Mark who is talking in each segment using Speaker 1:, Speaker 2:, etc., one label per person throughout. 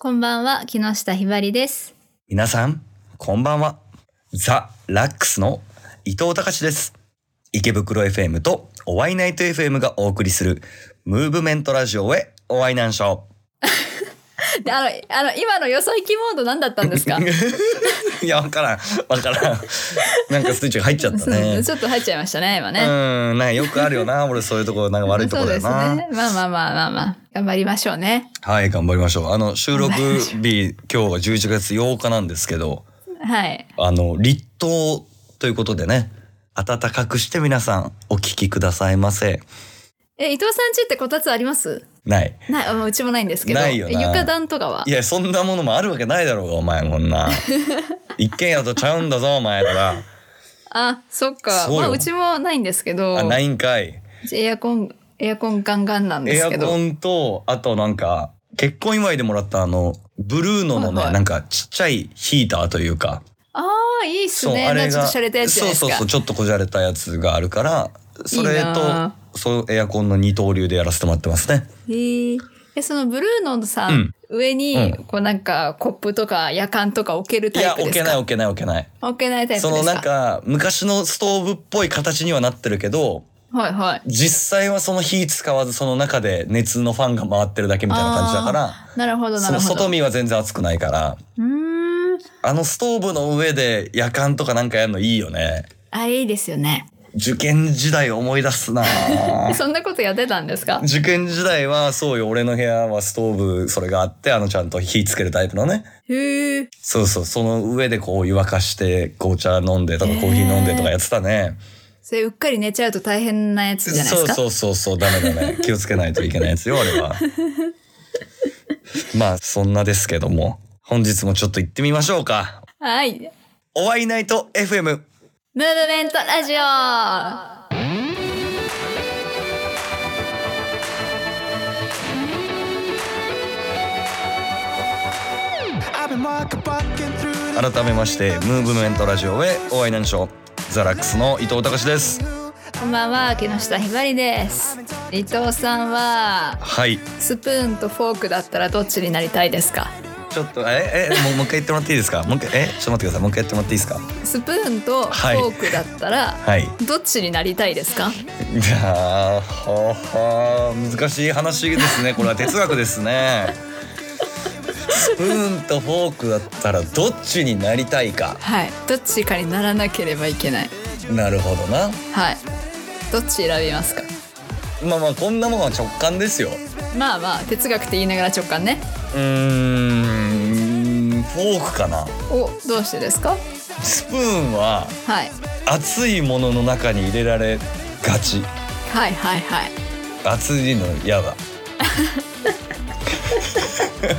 Speaker 1: こんばんは、木下ひばりです。
Speaker 2: 皆さん、こんばんは。ザ・ラックスの伊藤隆です。池袋 FM とおワイナイト FM がお送りするムーブメントラジオへおワイナンショ
Speaker 1: であの、あの、今のよそ行きモード何だったんです か
Speaker 2: ー。いや、わからん。わからん。なんかスイッチが入っちゃった
Speaker 1: う
Speaker 2: ね
Speaker 1: ん。ちょっと入っちゃいましたね、今
Speaker 2: う
Speaker 1: ね。
Speaker 2: ん、なんかよくあるよ な。俺そういうところ、なんか悪いところだよ
Speaker 1: そう
Speaker 2: な。
Speaker 1: ですね。まあまあまあまあまあ。頑張りましょうね。
Speaker 2: はい、頑張りましょう。あの、収録日、今日は11月8日なんですけど、
Speaker 1: はい。
Speaker 2: あの、立冬ということでね、暖かくして皆さんお聞きくださいませ。
Speaker 1: え、伊藤さん家ってこたつあります
Speaker 2: ない。
Speaker 1: ない、あうちもないんですけど。
Speaker 2: ないよな
Speaker 1: え床暖とかはい
Speaker 2: や、そんなものもあるわけないだろうが、お前、こ んな。一軒家とちゃうんだぞ、お前ら。
Speaker 1: あ、そっか。
Speaker 2: そうよ
Speaker 1: まあ、うちもないんですけど。
Speaker 2: あ、ないんかい。
Speaker 1: うちエアコン、エアコンガンガンなんで
Speaker 2: エ
Speaker 1: す
Speaker 2: ア
Speaker 1: け
Speaker 2: コ
Speaker 1: ど。
Speaker 2: ンと、あとなんか、結婚祝いでもらったあの、ブルーノのね、
Speaker 1: はいはい
Speaker 2: なんかちっちゃいヒーターというか、
Speaker 1: ああ、いいっすね。なんかちょっと洒落たやつじゃないです
Speaker 2: そう
Speaker 1: か。
Speaker 2: そうそう、ちょっとこじゃれたやつがあるから、そ
Speaker 1: い
Speaker 2: れ
Speaker 1: いな
Speaker 2: と、そう、エアコンの二刀流でやらせてもらってますね。
Speaker 1: へええそのブルーノのさ、
Speaker 2: うん
Speaker 1: 上に
Speaker 2: う
Speaker 1: こうなんかコップとかやかんとか置ける
Speaker 2: い
Speaker 1: タ
Speaker 2: や
Speaker 1: イ、プ
Speaker 2: 置
Speaker 1: で
Speaker 2: け
Speaker 1: す
Speaker 2: ない
Speaker 1: か
Speaker 2: 置けない置けない。
Speaker 1: 置けないタイプです
Speaker 2: そ
Speaker 1: か
Speaker 2: のなんか、昔のストーブっぽい形にはなってるけど、
Speaker 1: はいはい
Speaker 2: 実際はその火使わずその中で熱のファンが回ってるだけみたいな感じだから
Speaker 1: なるほどな
Speaker 2: そ
Speaker 1: る
Speaker 2: の
Speaker 1: ほど
Speaker 2: 外見は全然熱くないから
Speaker 1: うーん
Speaker 2: あのストーブの上で夜間とかなんかやるのいいよね
Speaker 1: あいいですよね
Speaker 2: 受験時代思い出す な
Speaker 1: そんなことやってたんですか
Speaker 2: 受験時代はそうよ俺の部屋はストーブそれがあってあのちゃんと火つけるタイプのね
Speaker 1: へえ
Speaker 2: そうそうその上でこう湯沸かして紅茶飲んでとか
Speaker 1: へー
Speaker 2: コーヒー飲んでとかやってたね、
Speaker 1: それうっかり寝ちゃうと大変なやつじゃないです
Speaker 2: そう
Speaker 1: か
Speaker 2: そうそうそうダメダ メ気をつけないといけないやつよあれは まあそんなですけども本日もちょっと行ってみましょうか
Speaker 1: はいムー
Speaker 2: お会いナイト FM
Speaker 1: ブメントラジオ
Speaker 2: 改めましてムーブメントラジオへお会いなんでしょうザラックスの伊藤隆です
Speaker 1: こんばんは木下ひばりです伊藤さんは
Speaker 2: はい
Speaker 1: スプーンとフォークだったらどっちになりたいですか
Speaker 2: ちょっとええもうもう一回言ってもらっていいですかもう一回えちょっと待ってくださいもう一回やってもらっていいですか
Speaker 1: スプーンとフ
Speaker 2: はい
Speaker 1: ォークだったら、
Speaker 2: はい
Speaker 1: どっちになりたいですか
Speaker 2: じゃあほほ難しい話ですねこれは哲学ですねスプーンとフォークだったらどっちになりたいか
Speaker 1: はいどっちかにならなければいけない
Speaker 2: なるほど
Speaker 1: は
Speaker 2: な
Speaker 1: いどっち選びますか
Speaker 2: まあまあこんなもんは直感ですよ
Speaker 1: まあまあ哲学って言いながら直感ね
Speaker 2: うーんフォークかな
Speaker 1: おどうしてですか
Speaker 2: スプーンは
Speaker 1: はい
Speaker 2: 熱いものの中に入れられがち
Speaker 1: はいはいはい
Speaker 2: 熱いの嫌だ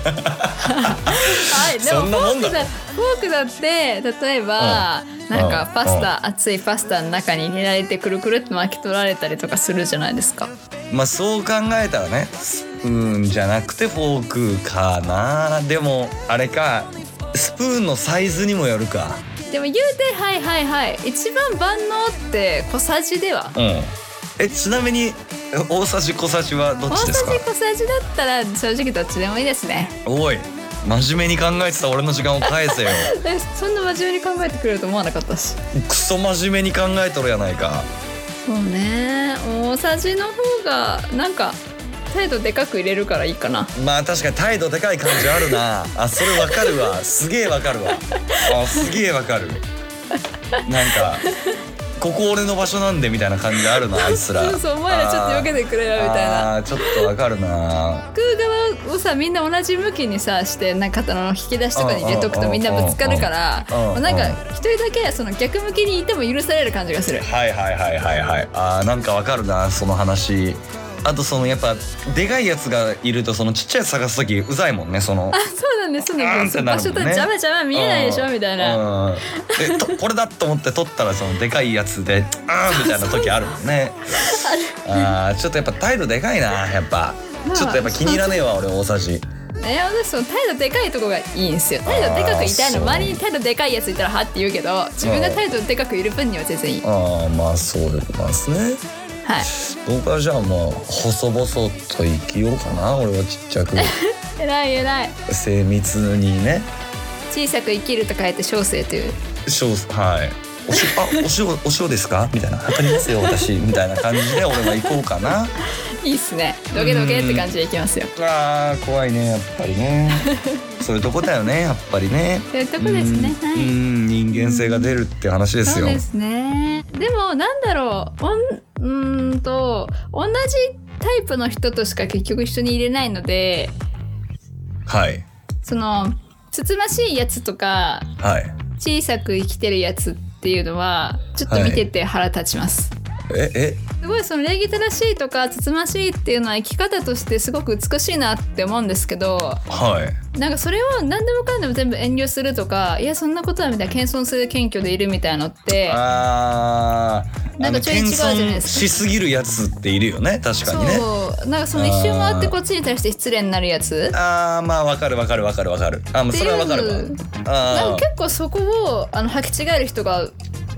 Speaker 1: はいでも
Speaker 2: そん
Speaker 1: フ
Speaker 2: なもん
Speaker 1: ォー
Speaker 2: だ
Speaker 1: クだフォークだって例えば、なんか
Speaker 2: うん
Speaker 1: パスタ、熱いパスタの中に入れられてくるくるって巻き取られたりとかするじゃないですか
Speaker 2: まあそう考えたらねスプーンじゃなくてフォークかなでもあれかスプーンのサイズにもよるか
Speaker 1: でも言うてはいはいはい一番万能って小さじでは
Speaker 2: うんえちなみに大さじ小さじはどっ
Speaker 1: 大
Speaker 2: ち
Speaker 1: さ
Speaker 2: ですか
Speaker 1: じ小さじだったら正直どっちでもいいですね
Speaker 2: おい真面目に考えてた俺の時間を 返せよ
Speaker 1: えそんな真面目に考えてくれると思わなかったし
Speaker 2: クソ真面目に考えとるやないか
Speaker 1: そうね大さじの方がなんか態度でかく入れるからいいかな
Speaker 2: まあ確かに態度でかい感じあるなあそれわかるわすげえわかるわあすげえわかるなんかここ俺の場所なんでみたいな感じあるなあいつ ら
Speaker 1: そうそうお前らちょっと避けてくれよみたいな
Speaker 2: あーちょっとわかるな
Speaker 1: 空側をさみんな同じ向きにさしてなんかの引き出しとかに入れとく
Speaker 2: うんうんうんう
Speaker 1: と
Speaker 2: ん
Speaker 1: みんなぶつかるから
Speaker 2: うんうんうん
Speaker 1: なんか一人だけその逆向きにいても許される感じがする
Speaker 2: はいはいはいはいはいあーなんかわかるなその話あとそのやっぱでかいやつがいるとそのちっちゃいやつ探す時うざいもんねその
Speaker 1: あそうなんですそうなんです
Speaker 2: あーってな
Speaker 1: 場
Speaker 2: るも
Speaker 1: 所
Speaker 2: んね
Speaker 1: と邪魔邪魔見えないでしょみたいな
Speaker 2: なでとこれだと思って撮ったらそのでかいやつであーみたいな時あるもんねあーちょっとやっぱ態度でかいなやっぱ
Speaker 1: まあ
Speaker 2: ちょっとやっぱ気に入らねえわ俺大さじ
Speaker 1: え私その態度でかいとこがいいんですよ態度でかくいたいの
Speaker 2: あーそう
Speaker 1: 周りに態度でかいやついたらはって言うけど自分が態度でかくいる分には全然いいは
Speaker 2: ああまあそうでございます
Speaker 1: い
Speaker 2: ね 僕はじゃあまあ細々と生きようかな俺はちっちゃく
Speaker 1: 偉い偉い
Speaker 2: 精密にね
Speaker 1: 小さく生きると書いて小生という
Speaker 2: しょうはいおしあお塩お塩ですかみたいな測りますよ私みたいな感じで俺は行こうかない
Speaker 1: いっすねどけどけって感じでいきますよ
Speaker 2: あー怖いねやっぱりね そういうとこだよねやっぱりね
Speaker 1: そういうとこですね
Speaker 2: うん
Speaker 1: はい
Speaker 2: うん人間性が出るって話です
Speaker 1: そう
Speaker 2: よ
Speaker 1: ですねでもなんだろうおんうーんと同じタイプの人としか結局一緒に入れないので
Speaker 2: はい
Speaker 1: そのつつましいやつとか
Speaker 2: はい
Speaker 1: 小さく生きてるやつっていうのはちょっと見てて腹立ちます、
Speaker 2: ええ
Speaker 1: すごいその礼儀正しいとかつつましいっていうのは生き方としてすごく美しいなって思うんですけど
Speaker 2: はい
Speaker 1: なんかそれを何でもかんでも全部遠慮するとかいやそんなことはみたいな謙遜する謙虚でいるみたいなのって
Speaker 2: あー
Speaker 1: なんか
Speaker 2: あの
Speaker 1: ちょい違うじゃないですか
Speaker 2: 謙遜しすぎるやつっているよね確かにね
Speaker 1: そうなんかその一周回ってこっちに対して失礼になるやつ
Speaker 2: あーまあわかるわかるわかるわかるあもうそれはわかるわ
Speaker 1: っていうなん
Speaker 2: あ
Speaker 1: か結構そこをあの履き違える人が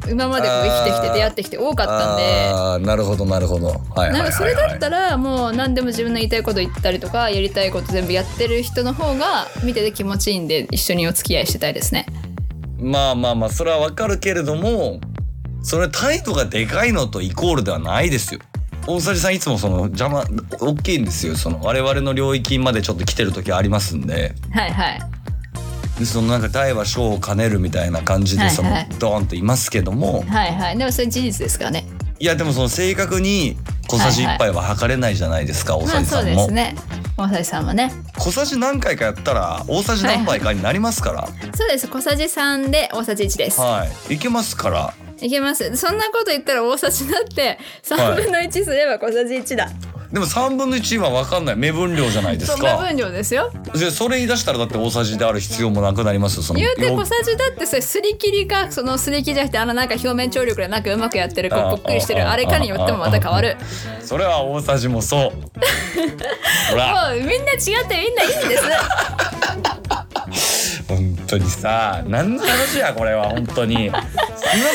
Speaker 1: 今までこう生きてき
Speaker 2: あ
Speaker 1: て
Speaker 2: ー
Speaker 1: 出会ってきて多かったんで。
Speaker 2: あーなるほどなるほどはいはいはい、はい、
Speaker 1: なんかそれだったらもう何でも自分の言いたいこと言ったりとかやりたいこと全部やってる人の方が見てて気持ちいいんで一緒にお付き合いしてたいですね。
Speaker 2: まあまあまあそれはわかるけれどもそれ態度がでかいのとイコールではないですよ。大さじさんいつもその邪魔大きいんですよその我々の領域までちょっと来てる時ありますんで
Speaker 1: はいはい。
Speaker 2: でそのなんか大は小を兼ねるみたいな感じ
Speaker 1: は
Speaker 2: で
Speaker 1: いはい
Speaker 2: そのドーンといますけども、い
Speaker 1: はいはい。でもそれ事実ですからね。
Speaker 2: やでもその正確に小さじ
Speaker 1: はいはい
Speaker 2: 1杯は測れないじゃないですか、
Speaker 1: ま
Speaker 2: 大
Speaker 1: あ
Speaker 2: さじさ
Speaker 1: そうんで
Speaker 2: も、
Speaker 1: すね。大さじさんはね。
Speaker 2: 小さじ何回かやったら大さじ何杯かになりますからは
Speaker 1: そうです。小さじ3で大さじ1です。
Speaker 2: い、い、けますから
Speaker 1: いけます。そんなこと言ったら大さじだって3分の1すれば小さじ1だ。
Speaker 2: でも3分の1は分かんない目分量じゃないです
Speaker 1: そ
Speaker 2: か
Speaker 1: んな分量ですよ。
Speaker 2: でそれ言い出したらだって大さじである必要もなくなりますよその
Speaker 1: 言うて
Speaker 2: よ
Speaker 1: 小さじだってそれすり切りかそのすり切りじゃなくてあのなんか表面張力でなくうまくやってるこ
Speaker 2: あ
Speaker 1: うぽっくりしてる
Speaker 2: あ
Speaker 1: あれかによってもまた変わる。
Speaker 2: それは大さじ もそうほら
Speaker 1: もうみんな違ってみんないいん です。
Speaker 2: 本当にさ何の話やこれは本当にすみま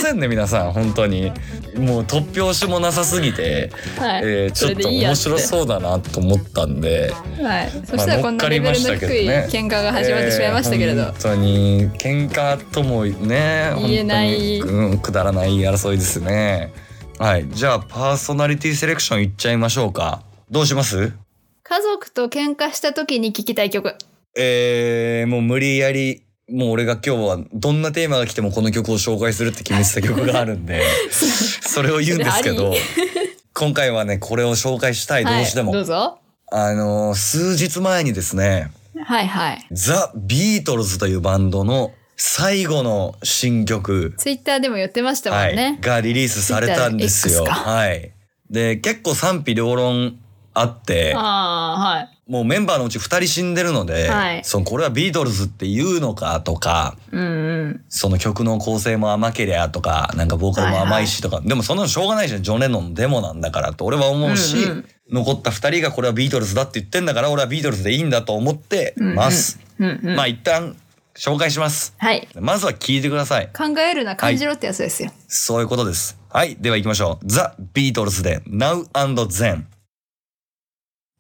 Speaker 2: せんね皆さん本当にもう突拍子もなさすぎて、
Speaker 1: はい。
Speaker 2: えーちょっと面白
Speaker 1: う。
Speaker 2: そうだなと思ったんで
Speaker 1: はい。そしたらこんなレベルの低い喧嘩が始まってしまいましたけれど。
Speaker 2: えー本当に喧嘩ともね
Speaker 1: 言えない
Speaker 2: 本当にうんくだらない争いですねはいじゃあパーソナリティセレクションいっちゃいましょうかどうします
Speaker 1: 家族と喧嘩した時に聞きたい曲。
Speaker 2: えー、もう無理やりもう俺が今日はどんなテーマが来てもこの曲を紹介するって決めてた曲があるんで それを言うんです
Speaker 1: そ
Speaker 2: け
Speaker 1: れ
Speaker 2: ど
Speaker 1: あり
Speaker 2: 今回はねこれを紹介したいどうしても、
Speaker 1: はい、どうぞ。
Speaker 2: あのー数日前にですね
Speaker 1: はいはい。
Speaker 2: ザ・ビートルズというバンドの最後の新曲、
Speaker 1: ツイッターでも言ってましたも
Speaker 2: は
Speaker 1: ん
Speaker 2: い、
Speaker 1: ね。
Speaker 2: がリリースされたんです
Speaker 1: Twitter
Speaker 2: よ。
Speaker 1: で X
Speaker 2: はい。で、結構賛否両論あって、
Speaker 1: あ
Speaker 2: もうメンバーのうち2人死んでるので、
Speaker 1: はい
Speaker 2: そのこれはビートルズって言うのかとか、
Speaker 1: あはい。うんうん。
Speaker 2: その曲の構成も甘けりゃとか、なんかボーカルも甘いしとか、でもそんなのしょうがないじゃん、ジョン・レノンのデモなんだからと俺は思うし、
Speaker 1: うんうん
Speaker 2: 残った2人がこれはビートルズだって言ってんだから、俺はビートルズでいいんだと思ってます。
Speaker 1: うんうん。
Speaker 2: まあ一旦紹介します。
Speaker 1: はい。
Speaker 2: まずは聞いてください。
Speaker 1: 考えるな感じろってやつですよ。
Speaker 2: そういうことです。はい。では行きましょう。ザ・ビートルズで Now and Then。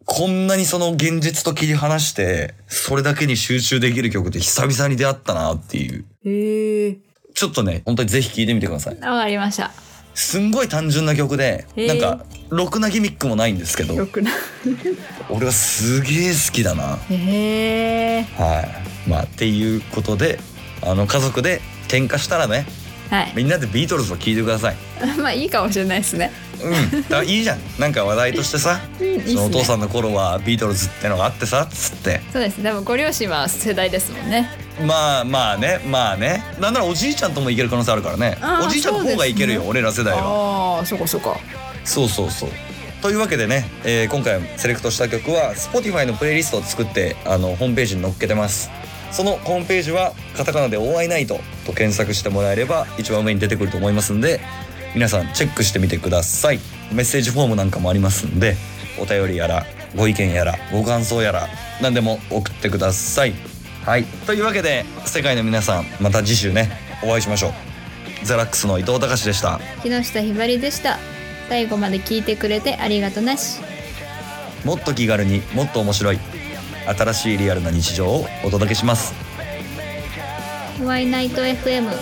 Speaker 2: こんなにその現実と切り離して、それだけに集中できる曲って久々に出会ったなっていう。
Speaker 1: へえ。
Speaker 2: ちょっとね、本当にぜひ聴いてみてください。
Speaker 1: わかりました。
Speaker 2: すんごい単純な曲で、
Speaker 1: へー
Speaker 2: なんか、ろくなギミックもないんですけ
Speaker 1: よ
Speaker 2: ど、
Speaker 1: くな。
Speaker 2: 俺はすげえ好きだな。
Speaker 1: へえ。
Speaker 2: はい。まあ、っていうことで、あの、家族で喧嘩したらね、
Speaker 1: はい。
Speaker 2: みんなでビートルズを聴いてください。
Speaker 1: まあいいかもしれないですね。
Speaker 2: うん、だからいいじゃんなんか話題としてさ
Speaker 1: うんいいっすね
Speaker 2: そのお父さんの頃はビートルズってのがあってさっつって
Speaker 1: そうですね。多分ご両親は世代ですもんね。
Speaker 2: まあまあねまあねなんならおじいちゃんともいける可能性あるからね
Speaker 1: あー
Speaker 2: おじいちゃんの方がいけるよ、
Speaker 1: そ
Speaker 2: 俺ら世代は
Speaker 1: ああ、そこそこ。
Speaker 2: そうそうそうというわけでね、えー今回セレクトした曲は Spotify のプレイリストを作ってあのホームページに載っけてますそのホームページはカタカナで「お会いナイト」と検索してもらえれば一番上に出てくると思いますんで皆さんチェックしてみてくださいメッセージフォームなんかもありますんでお便りやらご意見やらご感想やら何でも送ってくださいはいというわけで世界の皆さんまた次週ねお会いしましょうザラックスの伊藤隆でした
Speaker 1: 木下ひばりでした。最後まで聞いてくれてありがとなし。
Speaker 2: もっと気軽にもっと面白い新しいリアルな日常をお届けします
Speaker 1: ワイナイト FM
Speaker 3: 「